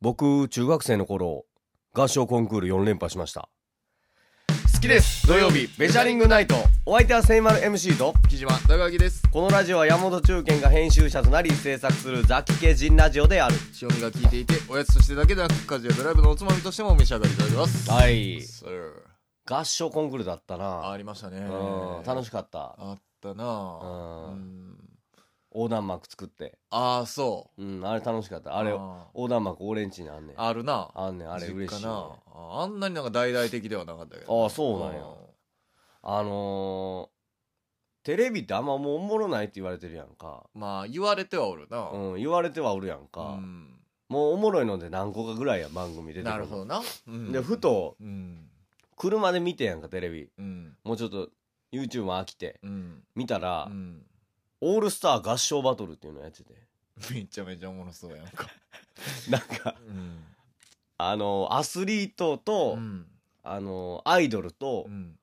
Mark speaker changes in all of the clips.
Speaker 1: 僕中学生の頃合唱コンクール4連覇しました好き
Speaker 2: です土曜日ベジャリング
Speaker 1: ナイトお相手はセイマル MC と
Speaker 2: 木島中垣です
Speaker 1: このラジオは山本中堅が編集者となり制作するザキ系人ラジオである
Speaker 2: 塩味が効いていておやつとしてだけでなく家事やドライブのおつまみとしてもお召し上がりいただけます
Speaker 1: はいい合唱コンクールだった
Speaker 2: あ
Speaker 1: な
Speaker 2: りましたね
Speaker 1: うん楽しかった
Speaker 2: あったなあ
Speaker 1: うん
Speaker 2: うん
Speaker 1: 横断幕作って
Speaker 2: ああそ
Speaker 1: うんあれ楽しかった
Speaker 2: う
Speaker 1: あれ
Speaker 2: あ
Speaker 1: 横断幕俺んちにあんねん
Speaker 2: ーあるな
Speaker 1: あんねんあれ嬉しい
Speaker 2: 実
Speaker 1: ね
Speaker 2: 家なああんなになんか大々的ではなかったけど
Speaker 1: ああそうなんやあのーテレビってあんまもうおもろないって言われてるやんか、
Speaker 2: まあ言われてはおるな
Speaker 1: うん、言われてはおるやん
Speaker 2: う
Speaker 1: か、
Speaker 2: ん
Speaker 1: もうおもろいので何個かぐらいや番組出てく
Speaker 2: なるほどなうん
Speaker 1: でふと
Speaker 2: うん
Speaker 1: 車で見てやんかテレビ
Speaker 2: うん
Speaker 1: もうちょっと YouTube も飽きて
Speaker 2: うん
Speaker 1: 見たら、
Speaker 2: うん
Speaker 1: オールスター合唱バトルっていうのやって て
Speaker 2: めちゃめちゃおもろそうやんか
Speaker 1: なんか
Speaker 2: うん
Speaker 1: あのーアスリート
Speaker 2: う
Speaker 1: と、
Speaker 2: ん
Speaker 1: あのーアイドルと、
Speaker 2: うん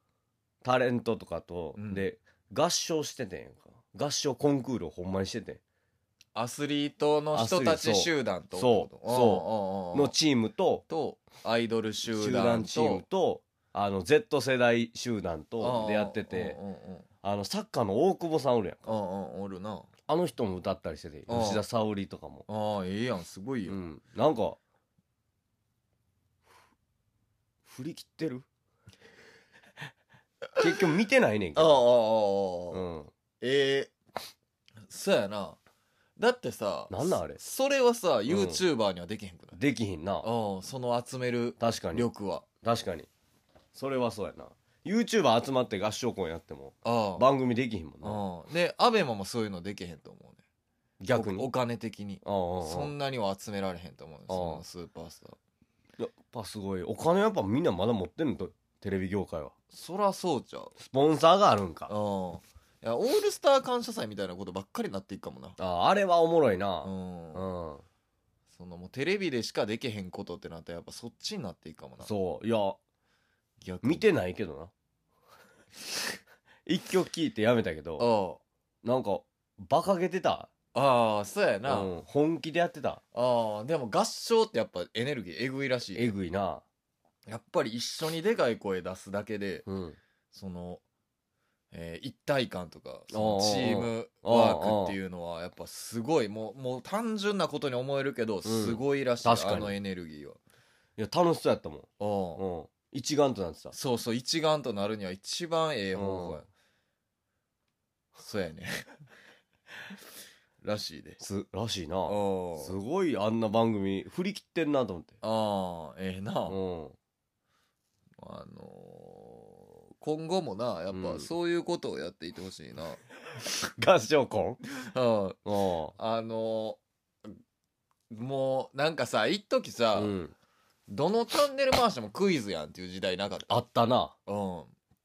Speaker 1: タレントとかと、
Speaker 2: うん
Speaker 1: で合唱しててんやんか合唱コンクールをほんまにしててん
Speaker 2: アスリートの人たち集団と
Speaker 1: そう
Speaker 2: そう
Speaker 1: のチームと
Speaker 2: とアイドル集
Speaker 1: 集
Speaker 2: 団
Speaker 1: 団
Speaker 2: と
Speaker 1: チームとあの Z 世代集団とでやってて
Speaker 2: うんうん
Speaker 1: あのサッカーの大久保さんおるやんか
Speaker 2: うんうんうんおるな
Speaker 1: あの人も歌ったりしてて
Speaker 2: うん
Speaker 1: 吉田沙保里とかも、
Speaker 2: ああええやんすごいうよ、
Speaker 1: ん、なんかふ振り切って る結局見てないねんけ
Speaker 2: あああああ
Speaker 1: ど、
Speaker 2: あ
Speaker 1: う
Speaker 2: ああ
Speaker 1: ん、
Speaker 2: ええそうやなだってさ
Speaker 1: なんなんあれ
Speaker 2: それはさ YouTuber にはできへんくない、
Speaker 1: できひんな
Speaker 2: ああその集める
Speaker 1: 確かに
Speaker 2: 力は
Speaker 1: 確かにそれはそうやな YouTuber 集まって合唱コンやっても
Speaker 2: ああ
Speaker 1: 番組できひんもんな
Speaker 2: ああでアベマもそういうのできへんと思うね
Speaker 1: 逆に
Speaker 2: おお金的に
Speaker 1: ああああああ
Speaker 2: そんなには集められへんと思うね
Speaker 1: ああ
Speaker 2: そのスーパースター
Speaker 1: やっぱすごいお金やっぱみんなまだ持ってんのとテレビ業界は
Speaker 2: そらそうちゃう
Speaker 1: スポンサーがあるんか
Speaker 2: うんいやオールスター感謝祭みたいなことばっかりになっていくかもな
Speaker 1: ああれはおもろいな
Speaker 2: う
Speaker 1: うんん、
Speaker 2: そのもうテレビでしかできへんことってなったらやっぱそっちになっていくかもな
Speaker 1: そういや
Speaker 2: 逆に
Speaker 1: 見てないけどな 一曲聴いてやめたけど
Speaker 2: あ
Speaker 1: なんか馬鹿げてた
Speaker 2: あああそうやな、
Speaker 1: うん、本気でやってた
Speaker 2: ああでも合唱ってやっぱエネルギーえぐいらし
Speaker 1: え
Speaker 2: い
Speaker 1: ぐいな
Speaker 2: やっぱり一緒にでかい声出すだけで
Speaker 1: うん
Speaker 2: その、えー一体感とか
Speaker 1: おうおうお
Speaker 2: その
Speaker 1: う
Speaker 2: チームワークっていうのはやっぱすごいもうもう単純なことに思えるけどすごいらしい、
Speaker 1: 確かに
Speaker 2: あのエネルギーは。
Speaker 1: いや楽しそうやったもん、
Speaker 2: ああ
Speaker 1: うん、一丸となってた
Speaker 2: そうそう一丸となるには一番ええ方法や、
Speaker 1: うん
Speaker 2: そうやねらし いです
Speaker 1: らしい
Speaker 2: あ
Speaker 1: なす
Speaker 2: ー
Speaker 1: ごいあんな番組振り切ってんなと思って
Speaker 2: あーええな、
Speaker 1: う
Speaker 2: あのー今後もなやっ
Speaker 1: う
Speaker 2: ぱ
Speaker 1: ん
Speaker 2: そういうことをやっていってほしいな、
Speaker 1: ん合唱コン
Speaker 2: うん
Speaker 1: うん
Speaker 2: あのーもうなんかさ一時さ、
Speaker 1: うん
Speaker 2: どのチャンネル回してもクイズやんっていう時代なかった
Speaker 1: あったな
Speaker 2: うん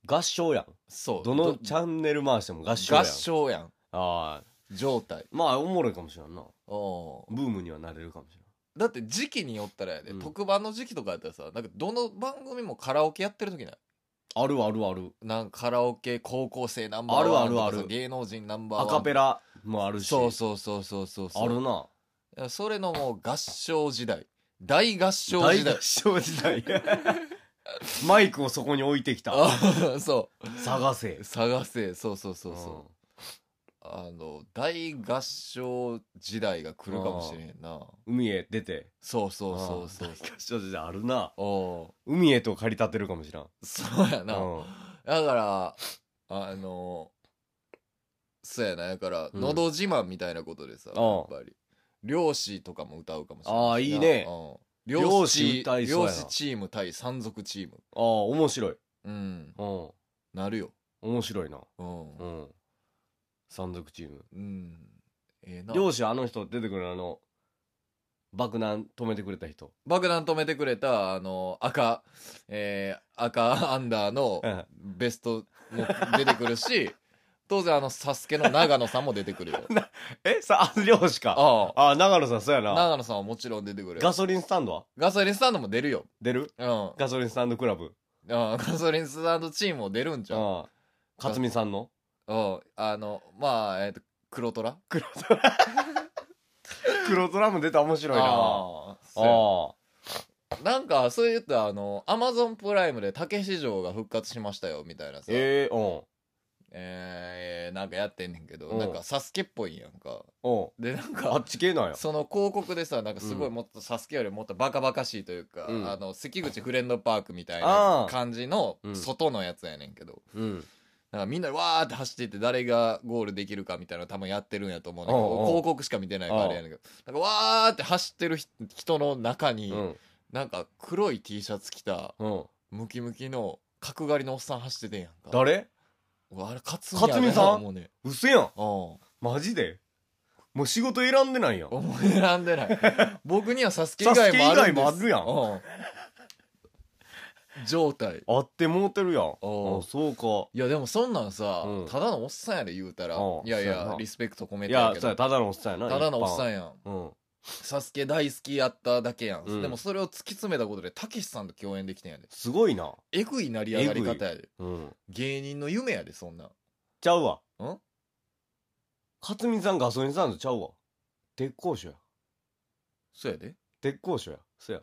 Speaker 1: 合唱やん
Speaker 2: そう
Speaker 1: どのチャンネル回しても合唱や
Speaker 2: 合
Speaker 1: ん
Speaker 2: 唱やん
Speaker 1: ああ
Speaker 2: 状態
Speaker 1: まあおもろいかもしれんなブ
Speaker 2: うん
Speaker 1: ームにはなれるかもしれん
Speaker 2: だって時期によったらやで、
Speaker 1: うん
Speaker 2: 特番の時期とかやったらさなんかどの番組もカラオケやってる時ない
Speaker 1: あるあるある
Speaker 2: なんかカラオケ高校生ナンバーワン
Speaker 1: あるあるある
Speaker 2: とかさ芸能人ナンバーワ
Speaker 1: ア
Speaker 2: ン
Speaker 1: カペラもあるし
Speaker 2: そうそうそうそうそうそう
Speaker 1: あるない
Speaker 2: やそれのもう合唱時代大合唱
Speaker 1: 大
Speaker 2: 時代
Speaker 1: 合唱時代マイクをそこに置いてきた
Speaker 2: あ そ
Speaker 1: 探せ
Speaker 2: う探せそうそうそう
Speaker 1: うん
Speaker 2: そうあの大合唱時代が来るかもしれへんな
Speaker 1: 海へ出て
Speaker 2: そうそうそうそう
Speaker 1: 大合唱時代あるな
Speaker 2: おう
Speaker 1: 海へと駆り立てるかもしらん
Speaker 2: そうやな、
Speaker 1: うん
Speaker 2: だからあのそうやなやから「
Speaker 1: うん
Speaker 2: のど自慢」みたいなことでさ、
Speaker 1: うん
Speaker 2: やっぱり漁師とかも歌うかもしれない
Speaker 1: あーいいね
Speaker 2: うん
Speaker 1: 漁
Speaker 2: 漁
Speaker 1: 師
Speaker 2: 師
Speaker 1: 歌いそうや
Speaker 2: 漁
Speaker 1: な
Speaker 2: 師チーム対山賊チーム
Speaker 1: ああ面白い
Speaker 2: うん
Speaker 1: うん
Speaker 2: なるよ
Speaker 1: 面白いな
Speaker 2: うん、う
Speaker 1: うんん山賊チーム
Speaker 2: ええな
Speaker 1: 漁師あの人出てくるあの爆弾止めてくれた人
Speaker 2: 爆弾止めてくれたあの赤えー赤アンダーの
Speaker 1: うん
Speaker 2: ベストも出てく るし当然あの「サスケの長野さんも出てくるよ
Speaker 1: えさあ漁師か
Speaker 2: あ
Speaker 1: ああ長野さんそうや
Speaker 2: あ
Speaker 1: な
Speaker 2: 長野さんはもちろん出てくるよ
Speaker 1: ガソリンスタンドは
Speaker 2: ガソリンスタンドも出るよ
Speaker 1: 出る
Speaker 2: うん
Speaker 1: ガソリンスタンドクラブ
Speaker 2: あガソリンスタンドチームも出るんじゃん。
Speaker 1: ああ勝美さんの
Speaker 2: うんあの、まあ、えっ、と、黒虎
Speaker 1: 黒黒虎も出たら面白いなあ
Speaker 2: あーそうや
Speaker 1: あ
Speaker 2: なんかそう言ったらあのアマゾンプライムで「たけし城が復活しましたよ」みたいなさえ
Speaker 1: ええうん
Speaker 2: ーなんかやってんねんけど、
Speaker 1: うん
Speaker 2: なんか「サスケっぽいやんか
Speaker 1: うん
Speaker 2: でなん
Speaker 1: あ
Speaker 2: か
Speaker 1: っち系なんや
Speaker 2: その広告でさなんかすごい
Speaker 1: うん
Speaker 2: もっと「サスケよりもっとバカバカしいというか、
Speaker 1: うん
Speaker 2: あの関口フレンドパークみたい
Speaker 1: あ
Speaker 2: な
Speaker 1: ー
Speaker 2: 感じの
Speaker 1: うん
Speaker 2: 外のやつやねんけど、
Speaker 1: うん
Speaker 2: なんかみんなわーって走っていって誰がゴールできるかみたいなの多分やってるんやと思うねんだけ
Speaker 1: おうお
Speaker 2: ど
Speaker 1: う
Speaker 2: 広告しか見てないからあれやねんけどなんかわーって走ってる人人の中に、
Speaker 1: うん
Speaker 2: なんか黒い T シャツ着た
Speaker 1: うん
Speaker 2: ムキムキの角刈りのおっさん走っててんやんか
Speaker 1: 誰
Speaker 2: うわあれ勝美や
Speaker 1: 勝
Speaker 2: ね
Speaker 1: 美さん
Speaker 2: 思うね
Speaker 1: うせやん
Speaker 2: うん思
Speaker 1: マジでもう仕事選んでないやん
Speaker 2: い選ん でない僕にはサスケ以外もあるんです
Speaker 1: サスケ以外も
Speaker 2: うん状態
Speaker 1: あってもうてるやんあそうか
Speaker 2: いやでもそんなんさ、
Speaker 1: うん
Speaker 2: ただのおっさんやで言うたら
Speaker 1: うん
Speaker 2: いやい
Speaker 1: そうや
Speaker 2: や
Speaker 1: な
Speaker 2: リスペクト込め
Speaker 1: い
Speaker 2: てや
Speaker 1: や
Speaker 2: け
Speaker 1: そう
Speaker 2: ど
Speaker 1: やただのおっさんやな
Speaker 2: ただのおっさ
Speaker 1: ん
Speaker 2: んやん
Speaker 1: うん
Speaker 2: サスケ大好きやっただけやん、
Speaker 1: うん
Speaker 2: でもそれを突き詰めたことでたけしさんと共演できてんやです
Speaker 1: ごいな
Speaker 2: えぐい成り上がり方やで
Speaker 1: うん
Speaker 2: 芸人の夢やでそんなん
Speaker 1: ちゃうわ
Speaker 2: ん
Speaker 1: 勝美さんガソリンスタンドちゃうわ鉄工所や
Speaker 2: そうやで
Speaker 1: 鉄工所やそうや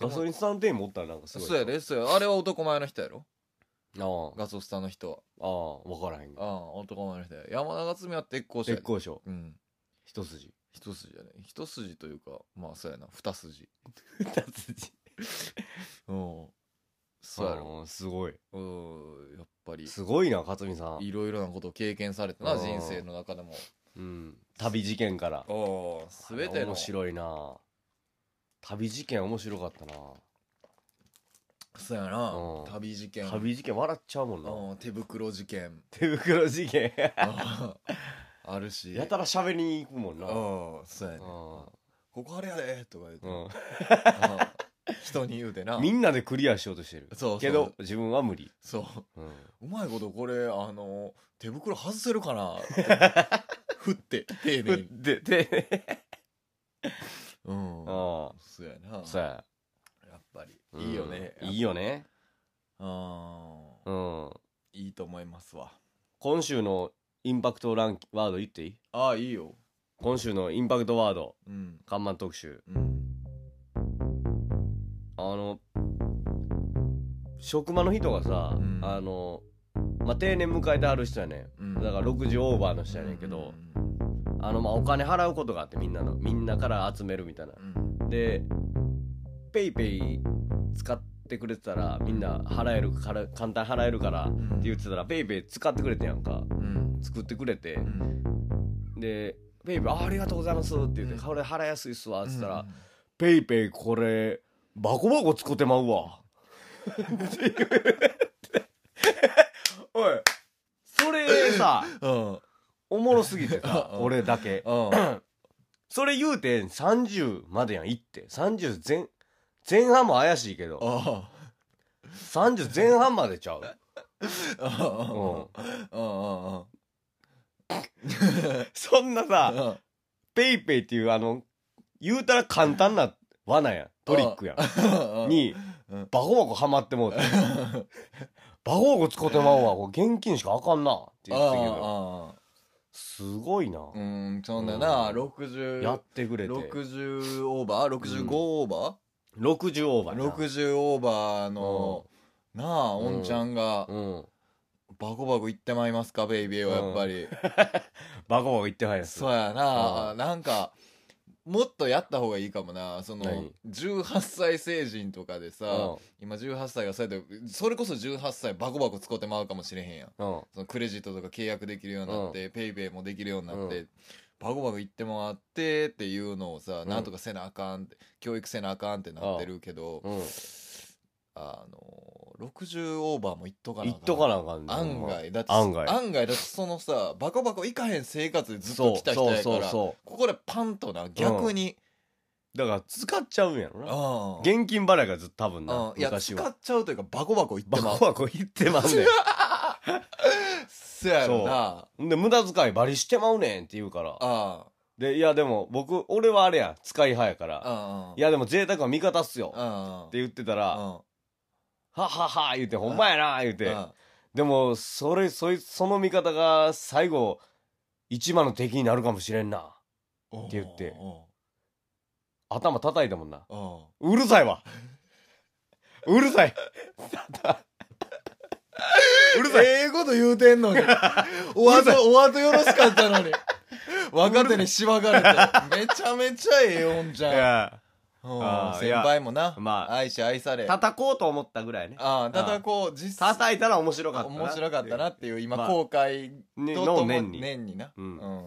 Speaker 1: ガソリンスタンド店員持ったらなんかすごい
Speaker 2: そうやでそうやあれは男前の人やろ
Speaker 1: ああ
Speaker 2: ガソスタの人は
Speaker 1: ああ分からへん
Speaker 2: あ
Speaker 1: が
Speaker 2: あ男前の人や山田勝美は鉄鋼者や
Speaker 1: 鉄
Speaker 2: で
Speaker 1: 工所
Speaker 2: うん
Speaker 1: 一筋
Speaker 2: 一筋やね一筋というかまあそうやな二筋
Speaker 1: 二筋
Speaker 2: うんそうやろ
Speaker 1: そうすごい
Speaker 2: うんやっぱり
Speaker 1: すごいな勝美さん
Speaker 2: いろいろなことを経験されたな
Speaker 1: うん
Speaker 2: 人生の中でも
Speaker 1: うん旅事件から
Speaker 2: ああ全ての
Speaker 1: 面白いな旅事件面白かったな
Speaker 2: そうやな
Speaker 1: うん
Speaker 2: 旅事件
Speaker 1: 旅事件笑っちゃうもんな
Speaker 2: うん手袋 事件
Speaker 1: 手袋事件
Speaker 2: ああるし
Speaker 1: やたら喋りに行くもん
Speaker 2: う
Speaker 1: なんう
Speaker 2: そうやね
Speaker 1: ん
Speaker 2: ここあれやでとか言って
Speaker 1: うん
Speaker 2: ああ 人に言うてな
Speaker 1: みんなでクリアしようとしてる
Speaker 2: そうそう
Speaker 1: けど自分は無理
Speaker 2: そう
Speaker 1: うん
Speaker 2: うまいことこれあの手袋外せる かなって振って丁寧に
Speaker 1: でで
Speaker 2: うん
Speaker 1: ああ
Speaker 2: そうやな
Speaker 1: そうや
Speaker 2: やっぱり
Speaker 1: うん
Speaker 2: いいよね
Speaker 1: いいよね
Speaker 2: ああ
Speaker 1: うん
Speaker 2: いいと思いますわ
Speaker 1: 今週のインパクトランキワード言っていい
Speaker 2: ああいいよ
Speaker 1: 今週のインパクトワード
Speaker 2: うん
Speaker 1: 看板特集
Speaker 2: うん
Speaker 1: あの職場の人がさ、
Speaker 2: うん
Speaker 1: あの、まあ、定年迎えてある人やね
Speaker 2: うん
Speaker 1: だから60オーバーの人やねんけど、あのまあお金払うことがあってみんなのみんなから集めるみたいな
Speaker 2: うん
Speaker 1: でペイペイ使ってくれてたらみんな払えるから簡単に払えるからって言ってたらペイペイ使ってくれてやんか
Speaker 2: うん
Speaker 1: 作ってくれて
Speaker 2: うん
Speaker 1: で「ペイペイあありがとうございます」って言って
Speaker 2: う
Speaker 1: 「
Speaker 2: ん
Speaker 1: これ払いやすいっすわ」っつったら
Speaker 2: うん
Speaker 1: 「ペイペイこれバコバコ使ってまうわ」って言うおいそれさ
Speaker 2: うん
Speaker 1: おもろすぎて さ
Speaker 2: うん
Speaker 1: 俺だけ
Speaker 2: うん
Speaker 1: それ言うて30までやんいって30前前半も怪しいけど
Speaker 2: あ
Speaker 1: 30前半までちゃう
Speaker 2: あうん
Speaker 1: そんなさ
Speaker 2: あ
Speaker 1: ペイペイっていうあの言うたら簡単な罠やんトリックやんに
Speaker 2: うん
Speaker 1: バコバコハマってもうてバコバコ使ってまうわこれ現金しかあかんなって言ってたけど
Speaker 2: あ
Speaker 1: すごいな、
Speaker 2: あうんそんだな
Speaker 1: うん
Speaker 2: 60
Speaker 1: やってくれて
Speaker 2: 60オーバー65オーバ
Speaker 1: 60オーバ
Speaker 2: ー
Speaker 1: ーやな
Speaker 2: 60オーバーのなあ
Speaker 1: うん
Speaker 2: おんちゃんが
Speaker 1: うん
Speaker 2: バコバコ行ってまいりますかベイビーはやっぱり
Speaker 1: バコバコ言ってはやつ
Speaker 2: そうやな
Speaker 1: うん
Speaker 2: なんかもっとやった方がいいかもなその
Speaker 1: 何
Speaker 2: 18歳成人とかで
Speaker 1: う
Speaker 2: さ今18歳がそうやってそれこそ18歳バコバコ使ってまうかもしれへんやん
Speaker 1: んうん
Speaker 2: そのクレジットとか契約できるようになって、ペイペイもできるようになって、
Speaker 1: う
Speaker 2: バコバコ行ってもらってっていうのをさ、
Speaker 1: ん
Speaker 2: なんとかせなあかんって教育せなあかんってなってるけど、
Speaker 1: うん
Speaker 2: あの60オーバーも行っとかなあ
Speaker 1: 言っとかなあかんね
Speaker 2: 案外だって
Speaker 1: 案外
Speaker 2: 案外だってそのさバコバコ行かへん生活でずっ
Speaker 1: そ
Speaker 2: と
Speaker 1: う
Speaker 2: 来た人やから
Speaker 1: そうそうそ
Speaker 2: ここでパンとな逆に、
Speaker 1: うだから使っちゃうんやろ
Speaker 2: うん
Speaker 1: な現金払いがずっと多分
Speaker 2: う
Speaker 1: なん
Speaker 2: いや
Speaker 1: 昔
Speaker 2: 使
Speaker 1: は
Speaker 2: っちゃうというかバコバコ行って
Speaker 1: バ
Speaker 2: まう
Speaker 1: コバコ言ってまうね
Speaker 2: そやろな
Speaker 1: うんで無駄遣いバリしてまうねんって言うから
Speaker 2: あ
Speaker 1: でいやでも僕俺はあれや使い派やか
Speaker 2: あ
Speaker 1: ら
Speaker 2: ああ
Speaker 1: いやでも贅沢は味方っすよ
Speaker 2: う
Speaker 1: っ
Speaker 2: ん
Speaker 1: て言ってたら
Speaker 2: うん
Speaker 1: ははは言うてほんまやな言うて
Speaker 2: うん
Speaker 1: でもそれそいその味方が最後一番の敵になるかもしれんな
Speaker 2: って
Speaker 1: 言って
Speaker 2: お
Speaker 1: 頭叩いたもんな
Speaker 2: うん
Speaker 1: うるさいわうるさいうるさい
Speaker 2: ええこと言うてん のに。おわと、おわとよろしかったのに。若手にしばかれて。めちゃめちゃええ音じ
Speaker 1: い
Speaker 2: ゃん。
Speaker 1: や
Speaker 2: うん
Speaker 1: あーい
Speaker 2: 先
Speaker 1: や
Speaker 2: 輩もな、
Speaker 1: まあ
Speaker 2: 愛し愛され。あ
Speaker 1: 叩こうと思ったぐらいね
Speaker 2: あー、ただこう、実際、
Speaker 1: 叩いたら面白かったな
Speaker 2: 面白かったなっていう、今、
Speaker 1: まあ
Speaker 2: 後悔
Speaker 1: ね
Speaker 2: とと
Speaker 1: の
Speaker 2: も
Speaker 1: 年に
Speaker 2: 年にな。
Speaker 1: うん
Speaker 2: うん